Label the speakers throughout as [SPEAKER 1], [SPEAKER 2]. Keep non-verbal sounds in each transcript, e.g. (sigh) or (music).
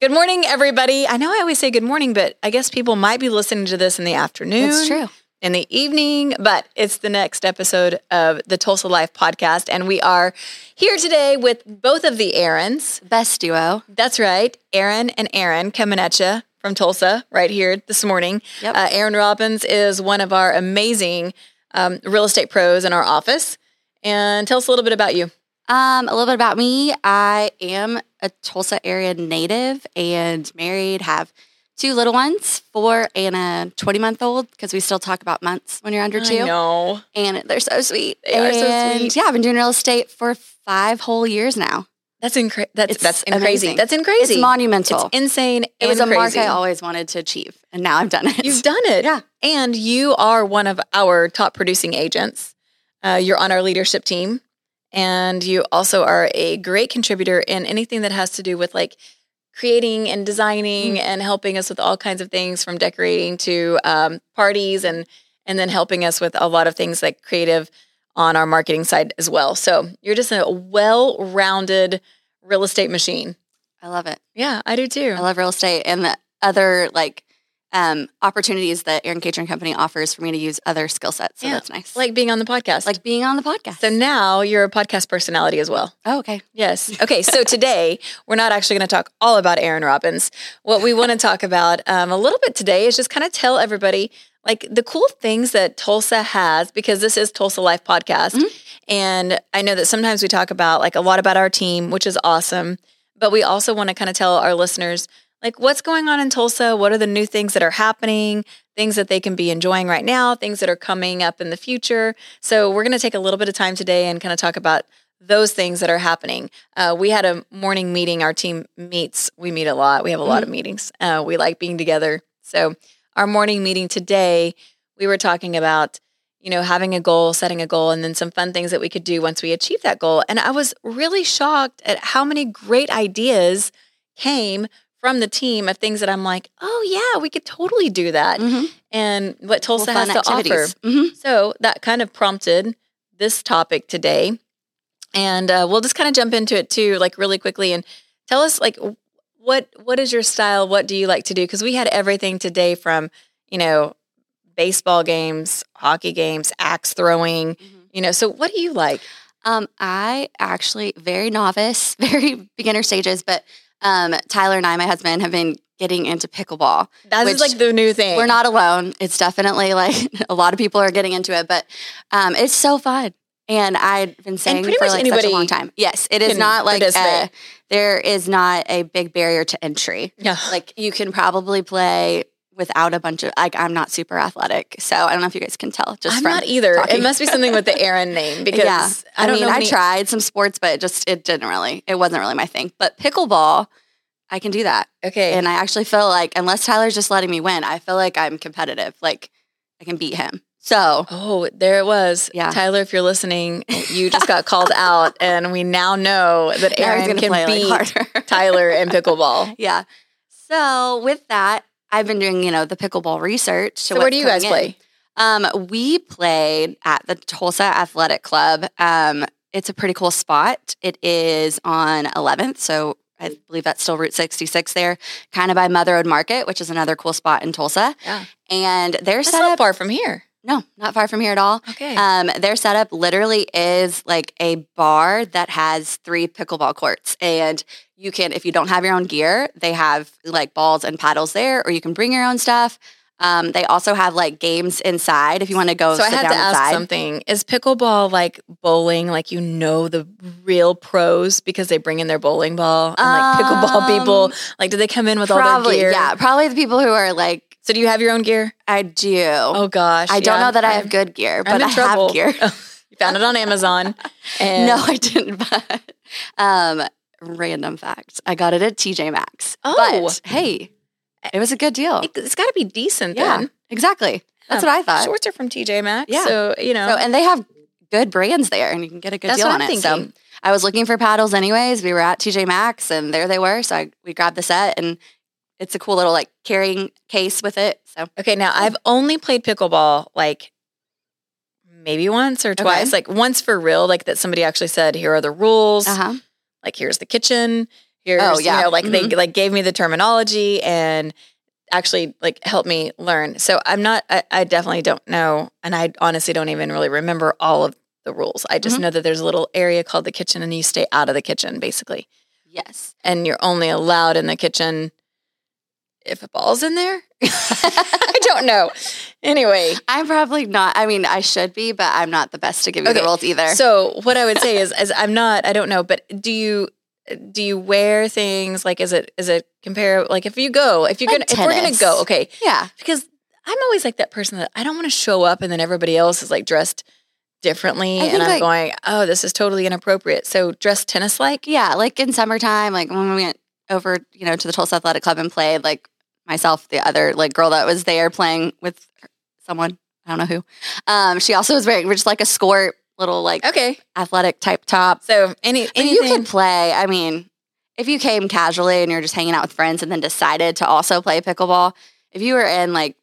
[SPEAKER 1] Good morning, everybody. I know I always say good morning, but I guess people might be listening to this in the afternoon.
[SPEAKER 2] That's true.
[SPEAKER 1] In the evening, but it's the next episode of the Tulsa Life podcast. And we are here today with both of the Aarons.
[SPEAKER 2] Best duo.
[SPEAKER 1] That's right, Aaron and Aaron coming at you from Tulsa right here this morning.
[SPEAKER 2] Yep.
[SPEAKER 1] Uh, Aaron Robbins is one of our amazing um, real estate pros in our office. And tell us a little bit about you.
[SPEAKER 2] Um, a little bit about me. I am a Tulsa area native and married, have two little ones, four and a 20 month old, because we still talk about months when you're under two.
[SPEAKER 1] No.
[SPEAKER 2] And they're so sweet.
[SPEAKER 1] They are so
[SPEAKER 2] And,
[SPEAKER 1] sweet.
[SPEAKER 2] Yeah, I've been doing real estate for five whole years now.
[SPEAKER 1] That's incredible. That's
[SPEAKER 2] It's
[SPEAKER 1] that's in crazy.
[SPEAKER 2] amazing.
[SPEAKER 1] That's in crazy.
[SPEAKER 2] It's monumental.
[SPEAKER 1] It's insane.
[SPEAKER 2] it was a
[SPEAKER 1] and
[SPEAKER 2] mark
[SPEAKER 1] crazy.
[SPEAKER 2] I always wanted to achieve, and now I've done it.
[SPEAKER 1] You've done it.
[SPEAKER 2] Yeah.
[SPEAKER 1] And you are one of our top producing agents. Uh, you're on our leadership team. And you also are a great contributor in anything that has to do with like creating and designing and helping us with all kinds of things from decorating to um, parties and and then helping us with a lot of things like creative on our marketing side as well. So you're just a well-rounded real estate machine.
[SPEAKER 2] (laughs) I love it.
[SPEAKER 1] Yeah, I do too.
[SPEAKER 2] I love real estate and the other like um, opportunities that Aaron Catering Company offers for me to use other skill sets. So
[SPEAKER 1] Yeah.
[SPEAKER 2] that's nice.
[SPEAKER 1] like being on the podcast.
[SPEAKER 2] like being on the podcast.
[SPEAKER 1] so now you're a podcast personality as well.
[SPEAKER 2] oh, okay.
[SPEAKER 1] Yes. Okay. So today we're not actually going to talk all about Aaron Robbins. What we want to talk about um, a little bit today is just kind of tell everybody like the cool things that Tulsa has because this is Tulsa Life podcast, and I know that sometimes we talk about like a lot about our team, which is awesome, but we also want to kind of tell our listeners like what's going on in Tulsa, what are the new things that are happening, things that they can be enjoying right now, things that are coming up in the future. So we're going to take a little bit of time today and kind of talk about those things that are happening. Uh, we had a morning meeting. Our team meets. We meet a lot. We have a lot of meetings. Uh, we like being together. So our morning meeting today, we were talking about you know having a goal, setting a goal, and then some fun things that we could do once we achieve that goal. And I was really shocked at how many great ideas came from the team of things that I'm like, oh yeah, we could totally do that.
[SPEAKER 2] Mhm.
[SPEAKER 1] And what Tulsa
[SPEAKER 2] Well,
[SPEAKER 1] has to offer.
[SPEAKER 2] Mhm.
[SPEAKER 1] So that kind of prompted this topic today. And uh, we'll just kind of jump into it too, like really quickly, and tell us like w- what what is your style? What do you like to do? Because we had everything today from you know baseball games, hockey games, axe throwing, you know. So what do you like?
[SPEAKER 2] Mm-hmm. Um, I actually very novice, (laughs) very beginner stages, but um, Tyler and I, my husband, have been getting into pickleball.
[SPEAKER 1] That is
[SPEAKER 2] Which
[SPEAKER 1] like the new thing.
[SPEAKER 2] We're not alone. It's definitely like (laughs) a lot of people are getting into it, but um, it's so fun. And I've been saying
[SPEAKER 1] pretty
[SPEAKER 2] for
[SPEAKER 1] much
[SPEAKER 2] like such
[SPEAKER 1] anybody
[SPEAKER 2] a long time. Yes, it is
[SPEAKER 1] can
[SPEAKER 2] not like
[SPEAKER 1] participate.
[SPEAKER 2] a, there is not a big barrier to entry.
[SPEAKER 1] yeah.
[SPEAKER 2] Like you can probably play without a bunch of like I'm not super athletic, so I don't know if you guys can tell. Just
[SPEAKER 1] I'm
[SPEAKER 2] from
[SPEAKER 1] not either. It
[SPEAKER 2] talking.
[SPEAKER 1] must be something with the Aaron
[SPEAKER 2] (laughs)
[SPEAKER 1] name because I, don't
[SPEAKER 2] mean,
[SPEAKER 1] know.
[SPEAKER 2] I
[SPEAKER 1] many-
[SPEAKER 2] tried some sports, but it just it didn't really. It wasn't really my thing. But pickleball, I can do that,
[SPEAKER 1] Okay,
[SPEAKER 2] and I actually feel like unless Tyler's just letting me win, I feel like I'm competitive. Like I can beat him. So
[SPEAKER 1] Oh, there it was.
[SPEAKER 2] Yeah.
[SPEAKER 1] Tyler, if you're listening, you just got
[SPEAKER 2] (laughs)
[SPEAKER 1] called out, and we now know that
[SPEAKER 2] now he's
[SPEAKER 1] Aaron
[SPEAKER 2] gonna play
[SPEAKER 1] can beat
[SPEAKER 2] (laughs) like harder.
[SPEAKER 1] Tyler in
[SPEAKER 2] (laughs)
[SPEAKER 1] pickleball.
[SPEAKER 2] yeah. So with that, I've been doing you know the pickleball research. to
[SPEAKER 1] So, where
[SPEAKER 2] what's
[SPEAKER 1] do you guys
[SPEAKER 2] coming in.
[SPEAKER 1] play?
[SPEAKER 2] Um, we played at the Tulsa Athletic Club. Um, it's a pretty cool spot. It is on 11th, so I believe that's still Route 66 there, kind of by Mother Road Market, which is another cool spot in Tulsa.
[SPEAKER 1] Yeah.
[SPEAKER 2] And their
[SPEAKER 1] That's
[SPEAKER 2] setup,
[SPEAKER 1] not far from here. Uh,
[SPEAKER 2] no, not far from here at all.
[SPEAKER 1] Okay.
[SPEAKER 2] (laughs) Um, their setup literally is like a bar that has three pickleball courts, and you can, if you don't have your own gear, they have like balls and paddles there, or you can bring your own stuff. Um, they also have like games inside if you want to go.
[SPEAKER 1] so I
[SPEAKER 2] Oh, sit
[SPEAKER 1] had
[SPEAKER 2] down
[SPEAKER 1] to ask
[SPEAKER 2] inside.
[SPEAKER 1] something: Is pickleball like bowling? Like you know the real pros because they bring in their bowling ball and like pickleball
[SPEAKER 2] Um,
[SPEAKER 1] people. Like, do they come in with all their
[SPEAKER 2] Probably,
[SPEAKER 1] gear?
[SPEAKER 2] yeah, probably the people who are like,
[SPEAKER 1] So do you have your own gear?
[SPEAKER 2] I do.
[SPEAKER 1] Oh gosh,
[SPEAKER 2] I don't
[SPEAKER 1] yeah,
[SPEAKER 2] know that I have
[SPEAKER 1] I'm-
[SPEAKER 2] good gear,
[SPEAKER 1] I'm
[SPEAKER 2] but
[SPEAKER 1] in
[SPEAKER 2] I
[SPEAKER 1] trouble.
[SPEAKER 2] have gear. (laughs)
[SPEAKER 1] You found it on Amazon. And
[SPEAKER 2] no, I didn't. But um, random fact, I got it at TJ Maxx.
[SPEAKER 1] Oh.
[SPEAKER 2] but, hey, it was a good deal.
[SPEAKER 1] it, has got to be decent.
[SPEAKER 2] Yeah,
[SPEAKER 1] then.
[SPEAKER 2] exactly. That's what I thought.
[SPEAKER 1] Shorts are from TJ Maxx.
[SPEAKER 2] Yeah.
[SPEAKER 1] So, you know,
[SPEAKER 2] So, and they have good brands there, and you can get a good
[SPEAKER 1] that's
[SPEAKER 2] deal
[SPEAKER 1] what
[SPEAKER 2] on
[SPEAKER 1] I'm
[SPEAKER 2] it.
[SPEAKER 1] thinking.
[SPEAKER 2] So I was looking for paddles anyways. We were at TJ Maxx, and there they were. So I, we grabbed the set, and it's a cool little like carrying case with it. So
[SPEAKER 1] okay. Now, I've only played pickleball like maybe once or twice, like once for real, like that somebody actually said, here are the rules.
[SPEAKER 2] uh huh.
[SPEAKER 1] Like, here's the kitchen. Here's,
[SPEAKER 2] Oh,
[SPEAKER 1] you
[SPEAKER 2] yeah.
[SPEAKER 1] know, like they
[SPEAKER 2] Mhm.
[SPEAKER 1] like gave me the terminology and actually like helped me learn. So I'm not, I, I definitely don't know. And I honestly don't even really remember all of the rules. I just
[SPEAKER 2] Mhm.
[SPEAKER 1] know that there's a little area called the kitchen and you stay out of the kitchen basically.
[SPEAKER 2] Yes. (laughs)
[SPEAKER 1] And you're only allowed in the kitchen if a ball's in there. (laughs) I don't know. Anyway,
[SPEAKER 2] I'm probably not. I mean, I should be, but I'm not the best to give you
[SPEAKER 1] Okay,
[SPEAKER 2] the rules either.
[SPEAKER 1] So what I would say is, as I'm not, I don't know, but do you do you wear things like is it is it compare like if you go if you're
[SPEAKER 2] Like
[SPEAKER 1] gonna if we're gonna
[SPEAKER 2] tennis.
[SPEAKER 1] go okay
[SPEAKER 2] yeah.
[SPEAKER 1] because I'm always like that person that I don't want to show up and then everybody else is like dressed differently
[SPEAKER 2] I
[SPEAKER 1] and
[SPEAKER 2] think,
[SPEAKER 1] I'm
[SPEAKER 2] like-
[SPEAKER 1] going oh this is totally inappropriate so dress tennis like
[SPEAKER 2] Yeah. Like in summertime, like when we went over, you know, to the Tulsa Athletic Club and played, like myself, the other like girl that was there playing with someone, I don't know who. Um, she also was wearing just like a skort little like
[SPEAKER 1] okay
[SPEAKER 2] athletic type top.
[SPEAKER 1] so any
[SPEAKER 2] And
[SPEAKER 1] anything
[SPEAKER 2] you could play. I mean, if you came casually and you're just hanging out with friends and then decided to also play pickleball, if you were in like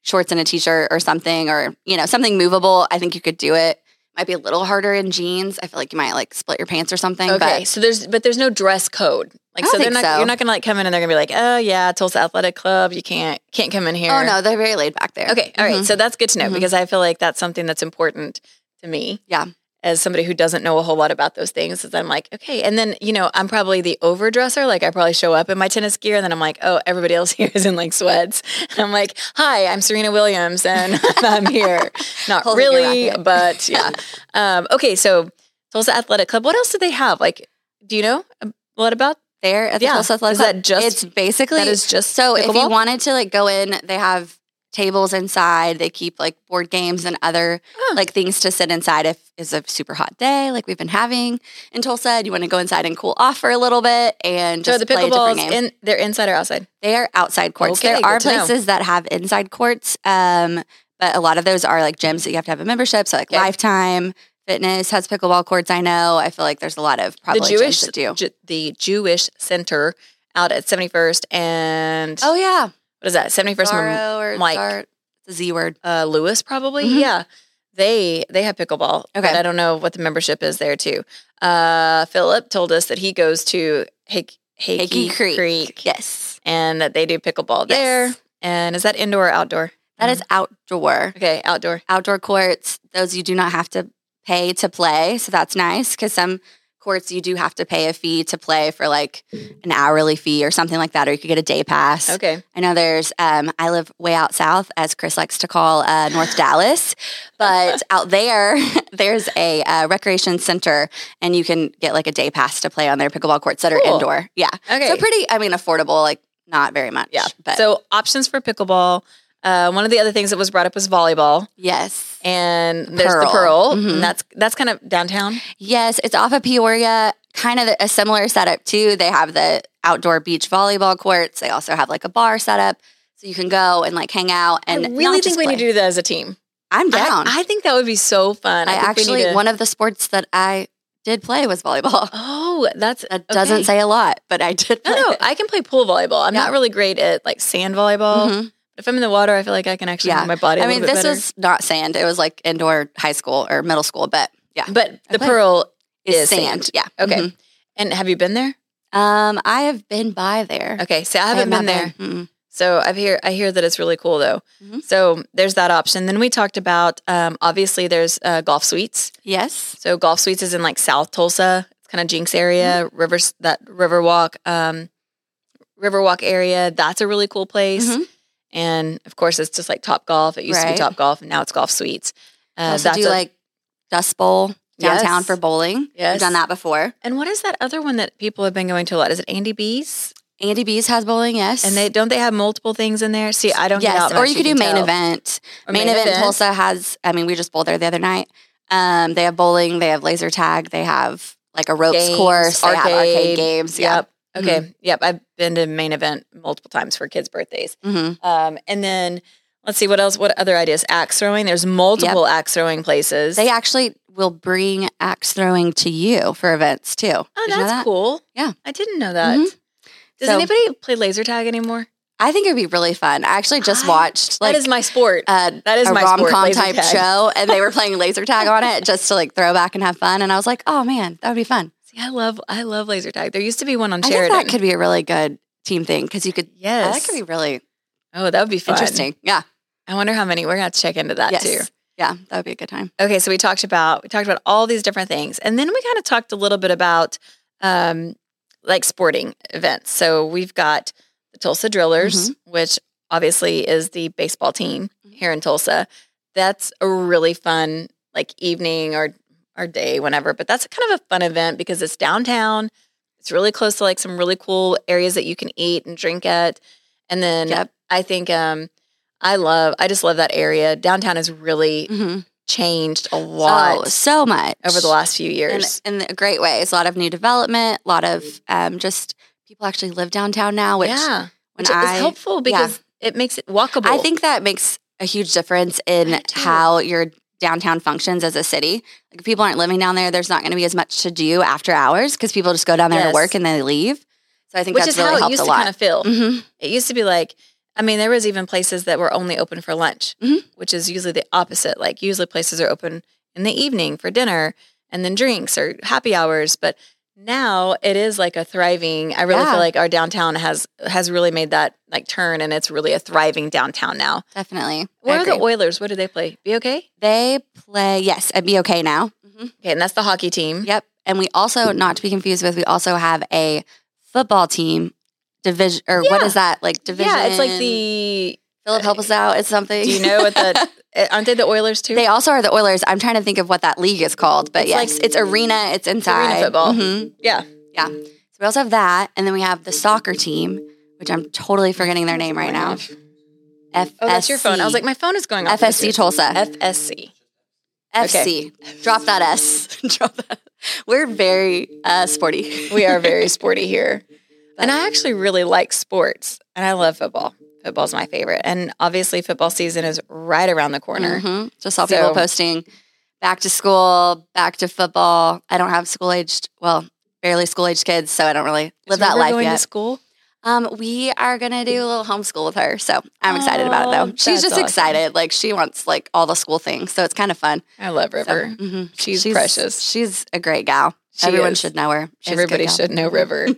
[SPEAKER 2] shorts and a t-shirt or something or, you know, something movable, I think you could do it. Might be a little harder in jeans. I feel like you might like split your pants or something.
[SPEAKER 1] okay so there's but there's no dress code like
[SPEAKER 2] don't
[SPEAKER 1] so they're
[SPEAKER 2] think
[SPEAKER 1] not
[SPEAKER 2] so.
[SPEAKER 1] you're not gonna like come in and they're gonna be like oh yeah Tulsa Athletic Club you can't can't come in
[SPEAKER 2] But,
[SPEAKER 1] here
[SPEAKER 2] oh no, they're very laid back there.
[SPEAKER 1] Okay. all right.
[SPEAKER 2] Mhm.
[SPEAKER 1] So that's good to know
[SPEAKER 2] Mhm.
[SPEAKER 1] because I feel like that's something that's important to me.
[SPEAKER 2] Yeah.
[SPEAKER 1] As somebody who doesn't know a whole lot about those things, is I'm like, okay. And then, you know, I'm probably the overdresser. Like I probably show up in my tennis gear and then I'm like, oh, everybody else (laughs) here is in like sweats. And I'm like, hi, I'm Serena Williams and (laughs) I'm
[SPEAKER 2] (laughs)
[SPEAKER 1] here. Not
[SPEAKER 2] Holding your
[SPEAKER 1] really,
[SPEAKER 2] racket.
[SPEAKER 1] but (laughs) yeah. um, okay. So Tulsa Athletic Club, what else do they have? Like, do you know a lot about?
[SPEAKER 2] There at the
[SPEAKER 1] Yeah.
[SPEAKER 2] Tulsa Athletic
[SPEAKER 1] Is
[SPEAKER 2] Club,
[SPEAKER 1] that just-
[SPEAKER 2] it's basically
[SPEAKER 1] That is just
[SPEAKER 2] So if you
[SPEAKER 1] pickleball?
[SPEAKER 2] wanted to like go in, they have tables inside. They keep like board games and other
[SPEAKER 1] Oh.
[SPEAKER 2] like things to sit inside if it's a super hot day, like we've been having in Tulsa. and You want to go inside and cool off for a little bit and
[SPEAKER 1] So
[SPEAKER 2] just
[SPEAKER 1] the
[SPEAKER 2] play a different
[SPEAKER 1] pickleballs,
[SPEAKER 2] game.
[SPEAKER 1] in, they're inside or outside?
[SPEAKER 2] they are outside courts.
[SPEAKER 1] Okay,
[SPEAKER 2] there are
[SPEAKER 1] good to know.
[SPEAKER 2] places that have inside courts, um, but a lot of those are like gyms that you have to have a membership. So like
[SPEAKER 1] Okay.
[SPEAKER 2] Lifetime Fitness has pickleball courts. I know. I feel like there's a lot of probably
[SPEAKER 1] the Jewish
[SPEAKER 2] gyms that do.
[SPEAKER 1] Ju- the Jewish Center out at 71st and
[SPEAKER 2] Oh yeah,
[SPEAKER 1] what is that? 71st and
[SPEAKER 2] Zorro or
[SPEAKER 1] Mike.
[SPEAKER 2] Zar- it's a Z word.
[SPEAKER 1] uh, Lewis probably.
[SPEAKER 2] Mhm.
[SPEAKER 1] Yeah. They they have pickleball. but
[SPEAKER 2] Okay.
[SPEAKER 1] I don't know what the membership is there too. Uh, Philip told us that he goes to Hick Hickey,
[SPEAKER 2] Hickey Creek.
[SPEAKER 1] Creek
[SPEAKER 2] Yes.
[SPEAKER 1] and that they do pickleball
[SPEAKER 2] Yes.
[SPEAKER 1] there. And is that indoor or outdoor?
[SPEAKER 2] That is outdoor.
[SPEAKER 1] Okay, outdoor.
[SPEAKER 2] Outdoor courts, those you do not have to pay to play. So that's nice because some courts you do have to pay a fee to play for like an hourly fee or something like that, or you could get a day pass.
[SPEAKER 1] Okay.
[SPEAKER 2] I know there's, um, I live way out south, as Chris likes to call uh, North Dallas,
[SPEAKER 1] (laughs)
[SPEAKER 2] but out there, (laughs) there's a uh, recreation center and you can get like a day pass to play on their pickleball courts that
[SPEAKER 1] Cool.
[SPEAKER 2] are indoor. Yeah.
[SPEAKER 1] Okay.
[SPEAKER 2] So pretty, I mean, affordable, like not very much.
[SPEAKER 1] yeah.
[SPEAKER 2] But
[SPEAKER 1] So options for pickleball. Uh, one of the other things that was brought up was volleyball.
[SPEAKER 2] yes.
[SPEAKER 1] and there's the
[SPEAKER 2] Pearl.
[SPEAKER 1] Pearl,
[SPEAKER 2] Mhm.
[SPEAKER 1] and that's that's kind of downtown.
[SPEAKER 2] Yes, it's off of Peoria, kind of a similar setup too. They have the outdoor beach volleyball courts. They also have like a bar setup, so you can go and like hang out and
[SPEAKER 1] I
[SPEAKER 2] not
[SPEAKER 1] really
[SPEAKER 2] just
[SPEAKER 1] think we
[SPEAKER 2] play.
[SPEAKER 1] need to do that as a team.
[SPEAKER 2] I'm down. I,
[SPEAKER 1] I, I think that would be so fun. think we
[SPEAKER 2] actually
[SPEAKER 1] need to-
[SPEAKER 2] one of the sports that I did play was volleyball. (laughs)
[SPEAKER 1] Oh, that's
[SPEAKER 2] That doesn't
[SPEAKER 1] okay.
[SPEAKER 2] say a lot, but I did
[SPEAKER 1] No,
[SPEAKER 2] play.
[SPEAKER 1] no,
[SPEAKER 2] it.
[SPEAKER 1] I can play pool volleyball. I'm
[SPEAKER 2] Yeah.
[SPEAKER 1] not really great at like sand volleyball.
[SPEAKER 2] Mhm.
[SPEAKER 1] If I'm in the water, I feel like I can actually
[SPEAKER 2] Yeah.
[SPEAKER 1] move my body. Mm-hmm. I
[SPEAKER 2] I mean, this was not sand. It was like indoor high school or middle school, but yeah,
[SPEAKER 1] but
[SPEAKER 2] I
[SPEAKER 1] the
[SPEAKER 2] played.
[SPEAKER 1] Pearl
[SPEAKER 2] it's
[SPEAKER 1] is
[SPEAKER 2] sand.
[SPEAKER 1] sand.
[SPEAKER 2] Yeah.
[SPEAKER 1] Okay,
[SPEAKER 2] Mhm.
[SPEAKER 1] and have you been there?
[SPEAKER 2] Um, I have been by there.
[SPEAKER 1] Okay, so I
[SPEAKER 2] have Mm-hmm.
[SPEAKER 1] haven't been
[SPEAKER 2] not
[SPEAKER 1] Mm-hmm. there.
[SPEAKER 2] Mm-mm.
[SPEAKER 1] So I hear I hear that it's really cool though.
[SPEAKER 2] Mhm.
[SPEAKER 1] So there's that option. Then we talked about um, obviously there's uh, golf suites.
[SPEAKER 2] Yes.
[SPEAKER 1] So Golf Suites is in like South Tulsa. It's kind of Jinx area,
[SPEAKER 2] Mm.
[SPEAKER 1] rivers that Riverwalk, um, Riverwalk area. That's a really cool place.
[SPEAKER 2] Mhm.
[SPEAKER 1] And of course, it's just like Top Golf. It used to
[SPEAKER 2] Right.
[SPEAKER 1] be Top Golf, and now it's Golf Suites. Uh,
[SPEAKER 2] also do
[SPEAKER 1] a-
[SPEAKER 2] like Dust Bowl downtown
[SPEAKER 1] Yes.
[SPEAKER 2] for bowling.
[SPEAKER 1] Yes.
[SPEAKER 2] I've done that before.
[SPEAKER 1] and what is that other one that people have been going to a lot? Is it Andy B's?
[SPEAKER 2] Andy B's has bowling, yes.
[SPEAKER 1] And they don't they have multiple things in there? See, I don't. get
[SPEAKER 2] yes,
[SPEAKER 1] out
[SPEAKER 2] or
[SPEAKER 1] much,
[SPEAKER 2] you could do
[SPEAKER 1] can
[SPEAKER 2] main
[SPEAKER 1] tell.
[SPEAKER 2] event.
[SPEAKER 1] Or
[SPEAKER 2] main, event, Tulsa has. I mean, we just bowled there the other night. Um, they have bowling. They have laser tag. They have like a ropes
[SPEAKER 1] Games,
[SPEAKER 2] course. They have
[SPEAKER 1] arcade.
[SPEAKER 2] arcade games. Yeah. Mm-hmm.
[SPEAKER 1] Yep. Okay. Yep. I've been to main event multiple times for kids' birthdays.
[SPEAKER 2] Mhm.
[SPEAKER 1] Um, and then let's see what else. What other ideas? Axe throwing. There's multiple axe throwing places.
[SPEAKER 2] They actually will bring axe throwing to you for events too.
[SPEAKER 1] oh,
[SPEAKER 2] Did you know
[SPEAKER 1] that's
[SPEAKER 2] that?
[SPEAKER 1] cool.
[SPEAKER 2] Yeah.
[SPEAKER 1] I didn't know that.
[SPEAKER 2] Mhm.
[SPEAKER 1] Does
[SPEAKER 2] So-
[SPEAKER 1] anybody play laser tag anymore?
[SPEAKER 2] I think it'd be really fun. I actually just
[SPEAKER 1] I-
[SPEAKER 2] watched like
[SPEAKER 1] Ah, that is my sport.
[SPEAKER 2] uh,
[SPEAKER 1] that is
[SPEAKER 2] a
[SPEAKER 1] my
[SPEAKER 2] rom
[SPEAKER 1] sport.
[SPEAKER 2] com
[SPEAKER 1] laser
[SPEAKER 2] type
[SPEAKER 1] tag. (laughs)
[SPEAKER 2] show, and they were playing laser tag on it just to like throw back and have fun. And I was like, oh man, that would be fun.
[SPEAKER 1] See, I love I love laser tag. There used to be one on
[SPEAKER 2] I think
[SPEAKER 1] Sheridan.
[SPEAKER 2] that could be a really good team thing because you could.
[SPEAKER 1] yes.
[SPEAKER 2] That could be really
[SPEAKER 1] oh, that would be fun.
[SPEAKER 2] interesting. Yeah.
[SPEAKER 1] I wonder how many. We're gonna have to check into that
[SPEAKER 2] yes.
[SPEAKER 1] too.
[SPEAKER 2] Yeah, that would be a good time.
[SPEAKER 1] Okay, so we talked about we talked about all these different things, and then we kind of talked a little bit about um, like sporting events. So we've got the Tulsa Drillers, which obviously is the baseball team
[SPEAKER 2] Mhm.
[SPEAKER 1] here in Tulsa. That's a really fun like evening or or day, whenever. But that's kind of a fun event because it's downtown. It's really close to like some really cool areas that you can eat and drink at, and then
[SPEAKER 2] Yep.
[SPEAKER 1] I think um, I love I just love that area. Downtown is really
[SPEAKER 2] Mm-hmm.
[SPEAKER 1] changed a
[SPEAKER 2] Oh,
[SPEAKER 1] lot
[SPEAKER 2] So, so much
[SPEAKER 1] over the last few
[SPEAKER 2] in,
[SPEAKER 1] years. Mm-hmm.
[SPEAKER 2] in a great way. It's a lot of new development, a lot of um, just people actually live downtown now, which
[SPEAKER 1] yeah,
[SPEAKER 2] when
[SPEAKER 1] which
[SPEAKER 2] I
[SPEAKER 1] is helpful because it makes it walkable.
[SPEAKER 2] I think that makes a huge difference in
[SPEAKER 1] I do.
[SPEAKER 2] how your downtown functions as a city. Like if people aren't living down there, there's not going to be as much to do after hours because people just go down there
[SPEAKER 1] Yes.
[SPEAKER 2] to work and then they leave. So I think
[SPEAKER 1] which is
[SPEAKER 2] that's really
[SPEAKER 1] how it
[SPEAKER 2] helped
[SPEAKER 1] used
[SPEAKER 2] a
[SPEAKER 1] to
[SPEAKER 2] lot.
[SPEAKER 1] kind of feel.
[SPEAKER 2] hmm
[SPEAKER 1] It used to be like, I mean, there was even places that were only open for lunch,
[SPEAKER 2] Mhm.
[SPEAKER 1] which is usually the opposite. Like usually places are open in the evening for dinner and then drinks or happy hours, but now it is like a thriving. I really
[SPEAKER 2] Yeah.
[SPEAKER 1] feel like our downtown has has really made that like turn, and it's really a thriving downtown now.
[SPEAKER 2] Definitely. I
[SPEAKER 1] Where are the
[SPEAKER 2] agree.
[SPEAKER 1] Oilers? What do they play? Be okay?
[SPEAKER 2] they play, yes, at BOK now. Mm-hmm.
[SPEAKER 1] Okay, and that's the hockey team.
[SPEAKER 2] Yep. And we also, not to be confused with, we also have a football team division, or what
[SPEAKER 1] Yeah.
[SPEAKER 2] is that? Like division.
[SPEAKER 1] Yeah, it's like the.
[SPEAKER 2] Philip, help us out. It's something.
[SPEAKER 1] Do you know what the? eh, aren't they the Oilers too?
[SPEAKER 2] (laughs) They also are the Oilers. I'm trying to think of what that league is called, but
[SPEAKER 1] It's
[SPEAKER 2] yes,
[SPEAKER 1] like-
[SPEAKER 2] it's arena. It's inside
[SPEAKER 1] football.
[SPEAKER 2] Mhm.
[SPEAKER 1] yeah.
[SPEAKER 2] Yeah. So we also have that, and then we have the soccer team, which I'm totally forgetting their name right now. FSC.
[SPEAKER 1] Oh, that's your phone. I was like, my phone is going off. this
[SPEAKER 2] FSC
[SPEAKER 1] year.
[SPEAKER 2] Tulsa.
[SPEAKER 1] FSC.
[SPEAKER 2] FC. Drop that S. (laughs) Drop that. We're very uh, sporty.
[SPEAKER 1] We are
[SPEAKER 2] (laughs)
[SPEAKER 1] very sporty here, and I actually really like sports, and I love football. Football's my favorite, and obviously, football season is right around the corner.
[SPEAKER 2] Mhm. Just saw
[SPEAKER 1] So-
[SPEAKER 2] people posting back to school, back to football. I don't have school aged, well, barely school aged kids, so I don't really live
[SPEAKER 1] So
[SPEAKER 2] that
[SPEAKER 1] we're
[SPEAKER 2] life
[SPEAKER 1] going
[SPEAKER 2] yet.
[SPEAKER 1] to school.
[SPEAKER 2] Um, we are gonna do a little homeschool with her, so I'm excited about it
[SPEAKER 1] Oh,
[SPEAKER 2] though. She's
[SPEAKER 1] that's
[SPEAKER 2] just
[SPEAKER 1] awesome.
[SPEAKER 2] excited; like she wants like all the school things, so it's kind of fun.
[SPEAKER 1] I love
[SPEAKER 2] So,
[SPEAKER 1] River.
[SPEAKER 2] mhm.
[SPEAKER 1] She's, precious.
[SPEAKER 2] She's a great gal.
[SPEAKER 1] She
[SPEAKER 2] Everyone
[SPEAKER 1] is.
[SPEAKER 2] should know her. She's a good
[SPEAKER 1] Everybody
[SPEAKER 2] gal.
[SPEAKER 1] should know
[SPEAKER 2] (laughs)
[SPEAKER 1] River.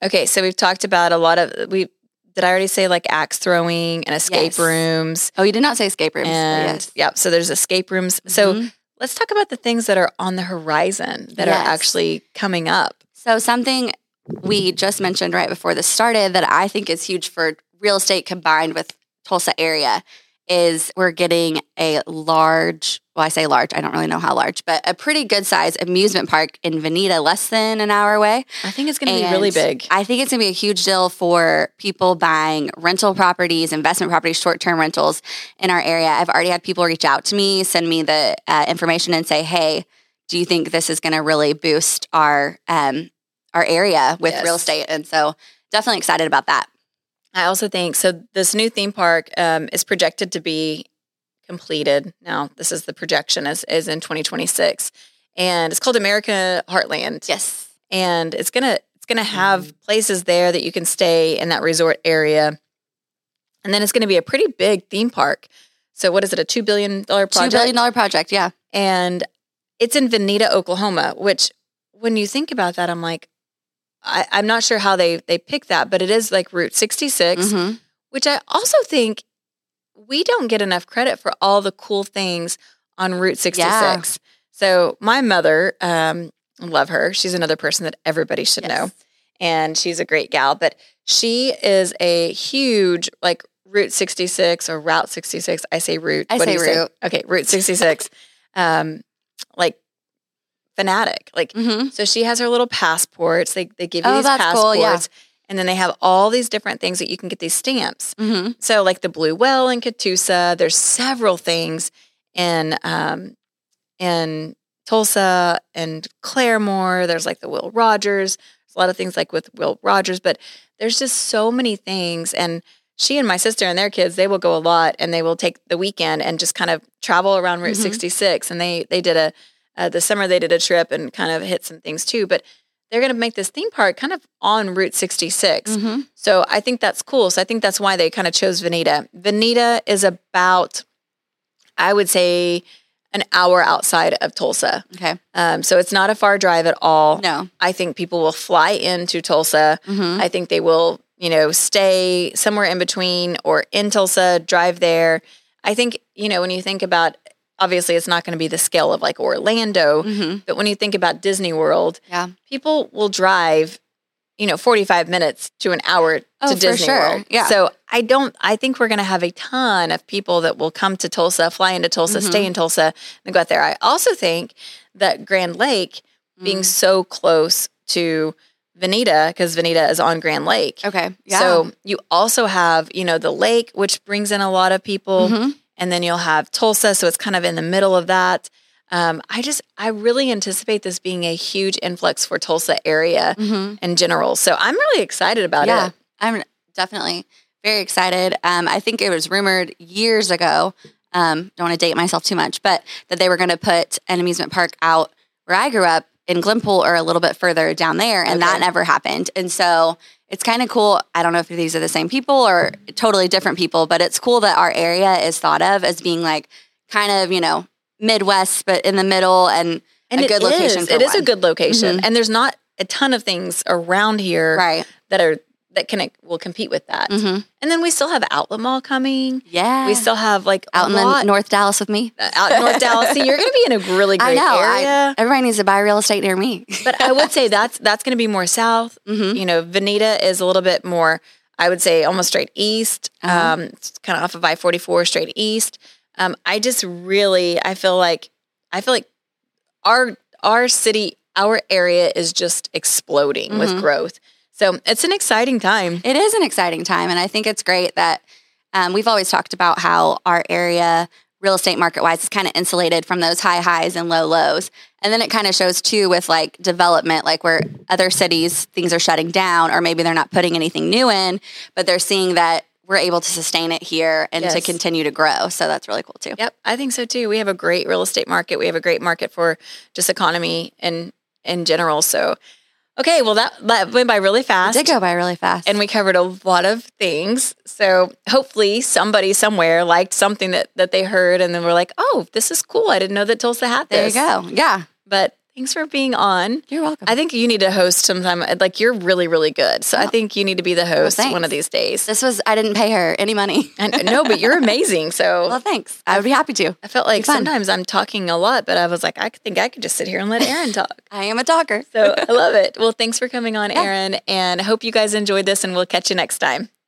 [SPEAKER 1] okay, so we've talked about a lot of we. Did I already say like axe throwing and escape
[SPEAKER 2] Yes.
[SPEAKER 1] rooms?
[SPEAKER 2] Oh, you did not say escape rooms. but
[SPEAKER 1] and Mm-hmm.
[SPEAKER 2] yes.
[SPEAKER 1] yep. So there's escape rooms. So
[SPEAKER 2] Mhm.
[SPEAKER 1] let's talk about the things that are on the horizon that
[SPEAKER 2] Yes.
[SPEAKER 1] are actually coming up.
[SPEAKER 2] so something we just mentioned right before this started that I think is huge for real estate combined with Tulsa area is we're getting a large. Well, I say large. I don't really know how large, but a pretty good size amusement park in Veneta, less than an hour away.
[SPEAKER 1] I think it's going to be really
[SPEAKER 2] And
[SPEAKER 1] big.
[SPEAKER 2] I think it's going to be a huge deal for people buying rental properties, investment properties, short term rentals in our area. I've already had people reach out to me, send me the uh, information, and say, "Hey, do you think this is going to really boost our um, our area with
[SPEAKER 1] Yes.
[SPEAKER 2] real estate?" And so, definitely excited about that.
[SPEAKER 1] I also think so. This new theme park um, is projected to be completed. Now, this is the projection is is in 2026, and it's called America Heartland.
[SPEAKER 2] Yes,
[SPEAKER 1] and it's gonna it's gonna have places there that you can stay in that resort area, and then it's gonna be a pretty big theme park. So, what is it? A two billion dollar
[SPEAKER 2] two
[SPEAKER 1] project?
[SPEAKER 2] billion dollar project. Yeah,
[SPEAKER 1] and it's in Veneta, Oklahoma. Which, when you think about that, I'm like, I, I'm not sure how they they pick that, but it is like Route 66,
[SPEAKER 2] Mhm.
[SPEAKER 1] which I also think we don't get enough credit for all the cool things on Route 66. So my mother, um, love her. She's another person that everybody should know and she's a great gal, but she is a huge like Route 66 or Route 66. I say Route.
[SPEAKER 2] I
[SPEAKER 1] What do
[SPEAKER 2] say
[SPEAKER 1] you
[SPEAKER 2] Route.
[SPEAKER 1] Okay, Route
[SPEAKER 2] (laughs)
[SPEAKER 1] 66. um, like fanatic. Like
[SPEAKER 2] Mhm.
[SPEAKER 1] so, she has her little passports. They they give you
[SPEAKER 2] Oh,
[SPEAKER 1] these
[SPEAKER 2] that's
[SPEAKER 1] passports,
[SPEAKER 2] cool, yeah.
[SPEAKER 1] and then they have all these different things that you can get these stamps.
[SPEAKER 2] Mhm.
[SPEAKER 1] So like the Blue Well in Catoosa. There's several things in um, in Tulsa and Claremore. There's like the Will Rogers. There's a lot of things like with Will Rogers, but there's just so many things. And she and my sister and their kids, they will go a lot, and they will take the weekend and just kind of travel around Route
[SPEAKER 2] Mhm.
[SPEAKER 1] 66. And they they did a uh, the summer they did a trip and kind of hit some things too. But they're going to make this theme park kind of on Route 66.
[SPEAKER 2] Mhm.
[SPEAKER 1] So I think that's cool. So I think that's why they kind of chose Veneta. Veneta is about, I would say, an hour outside of Tulsa.
[SPEAKER 2] Okay.
[SPEAKER 1] Um, so it's not a far drive at all.
[SPEAKER 2] No. Mm-hmm.
[SPEAKER 1] I think people will fly into Tulsa. I think they will, you know, stay somewhere in between or in Tulsa, drive there. I think, you know, when you think about obviously it's not going to be the scale of like Orlando,
[SPEAKER 2] Mm-hmm.
[SPEAKER 1] but when you think about Disney World,
[SPEAKER 2] Yeah.
[SPEAKER 1] people will drive, you know, 45 minutes to an hour
[SPEAKER 2] Oh,
[SPEAKER 1] to
[SPEAKER 2] for
[SPEAKER 1] Disney
[SPEAKER 2] sure.
[SPEAKER 1] World.
[SPEAKER 2] Yeah.
[SPEAKER 1] So I don't, I think we're going to have a ton of people that will come to Tulsa, fly into Tulsa,
[SPEAKER 2] Mm-hmm.
[SPEAKER 1] stay in Tulsa, and go out there. I also think that Grand Lake
[SPEAKER 2] Mm-hmm. Mm.
[SPEAKER 1] being so close to Veneta, because Veneta is on Grand Lake.
[SPEAKER 2] Okay. Oh, Yeah.
[SPEAKER 1] So you also have, you know, the lake, which brings in a lot of
[SPEAKER 2] Mm-hmm.
[SPEAKER 1] people. And then you'll have Tulsa. So it's kind of in the middle of that. Um, I just, I really anticipate this being a huge influx for Tulsa area
[SPEAKER 2] Mm-hmm.
[SPEAKER 1] in general. So I'm really excited about
[SPEAKER 2] yeah,
[SPEAKER 1] it.
[SPEAKER 2] I'm definitely very excited. Um, I think it was rumored years ago. Um, don't want to date myself too much, but that they were going to put an amusement park out where I grew up in Glenpool or a little bit further down there, and that
[SPEAKER 1] Okay.
[SPEAKER 2] never happened. And so it's kind of cool. I don't know if these are the same people or totally different people, but it's cool that our area is thought of as being like kind of you know Midwest, but in the middle and,
[SPEAKER 1] And
[SPEAKER 2] a
[SPEAKER 1] it
[SPEAKER 2] good
[SPEAKER 1] is-
[SPEAKER 2] location. For
[SPEAKER 1] it is a
[SPEAKER 2] one.
[SPEAKER 1] good location. Mm-hmm. And there's not a ton of things around here
[SPEAKER 2] right.
[SPEAKER 1] that are, that can, will compete with that.
[SPEAKER 2] Mhm.
[SPEAKER 1] And then we still have Outlet Mall coming.
[SPEAKER 2] Yeah,
[SPEAKER 1] We still have like a
[SPEAKER 2] out in the
[SPEAKER 1] lot- uh,
[SPEAKER 2] North Dallas with me.
[SPEAKER 1] out in North Dallas. See, you're going to be in a really great area.
[SPEAKER 2] (laughs) I, everybody needs to buy real estate
[SPEAKER 1] (laughs)
[SPEAKER 2] near me.
[SPEAKER 1] but I would say that's that's going to be more south. You know, Veneta is a little bit more. I would say almost straight east. Um, it's kind of off of I forty four, straight east. Um, I just really, I feel like, I feel like our our city, our area is just exploding with growth. So it's an exciting time.
[SPEAKER 2] it is an exciting time, and I think it's great that um, we've always talked about how our area, real estate market wise, is kind of insulated from those high highs and low lows. And then it kind of shows too with like development, like where other cities things are shutting down, or maybe they're not putting anything new in, but they're seeing that we're able to sustain it here and to
[SPEAKER 1] Yes.
[SPEAKER 2] continue to grow. So that's really cool too.
[SPEAKER 1] Yep, I think so too. We have a great real estate market. We have a great market for just economy and in general. So, okay, well that that went by really fast.
[SPEAKER 2] Did go by really fast.
[SPEAKER 1] and we covered a lot of things. So hopefully somebody somewhere liked something that that they heard and then were like, "Oh, this is cool. I didn't know that Tulsa had
[SPEAKER 2] there
[SPEAKER 1] this."
[SPEAKER 2] you go. Yeah,
[SPEAKER 1] But thanks for being on.
[SPEAKER 2] you're welcome.
[SPEAKER 1] I think you need to host sometime. Like you're really really good. So I think you need to be the host
[SPEAKER 2] Oh. thanks.
[SPEAKER 1] one of these days.
[SPEAKER 2] this was I didn't pay her any money. (laughs)
[SPEAKER 1] And no, but you're amazing. So
[SPEAKER 2] Well, thanks. I would be happy to.
[SPEAKER 1] I felt like
[SPEAKER 2] fun.
[SPEAKER 1] sometimes I'm talking a lot, but I was like, I could think I could just sit here and
[SPEAKER 2] (laughs)
[SPEAKER 1] let Aaron talk.
[SPEAKER 2] I am a talker.
[SPEAKER 1] So I love it. Well, thanks for coming on, Aaron, and I hope you guys enjoyed this and we'll catch you next time.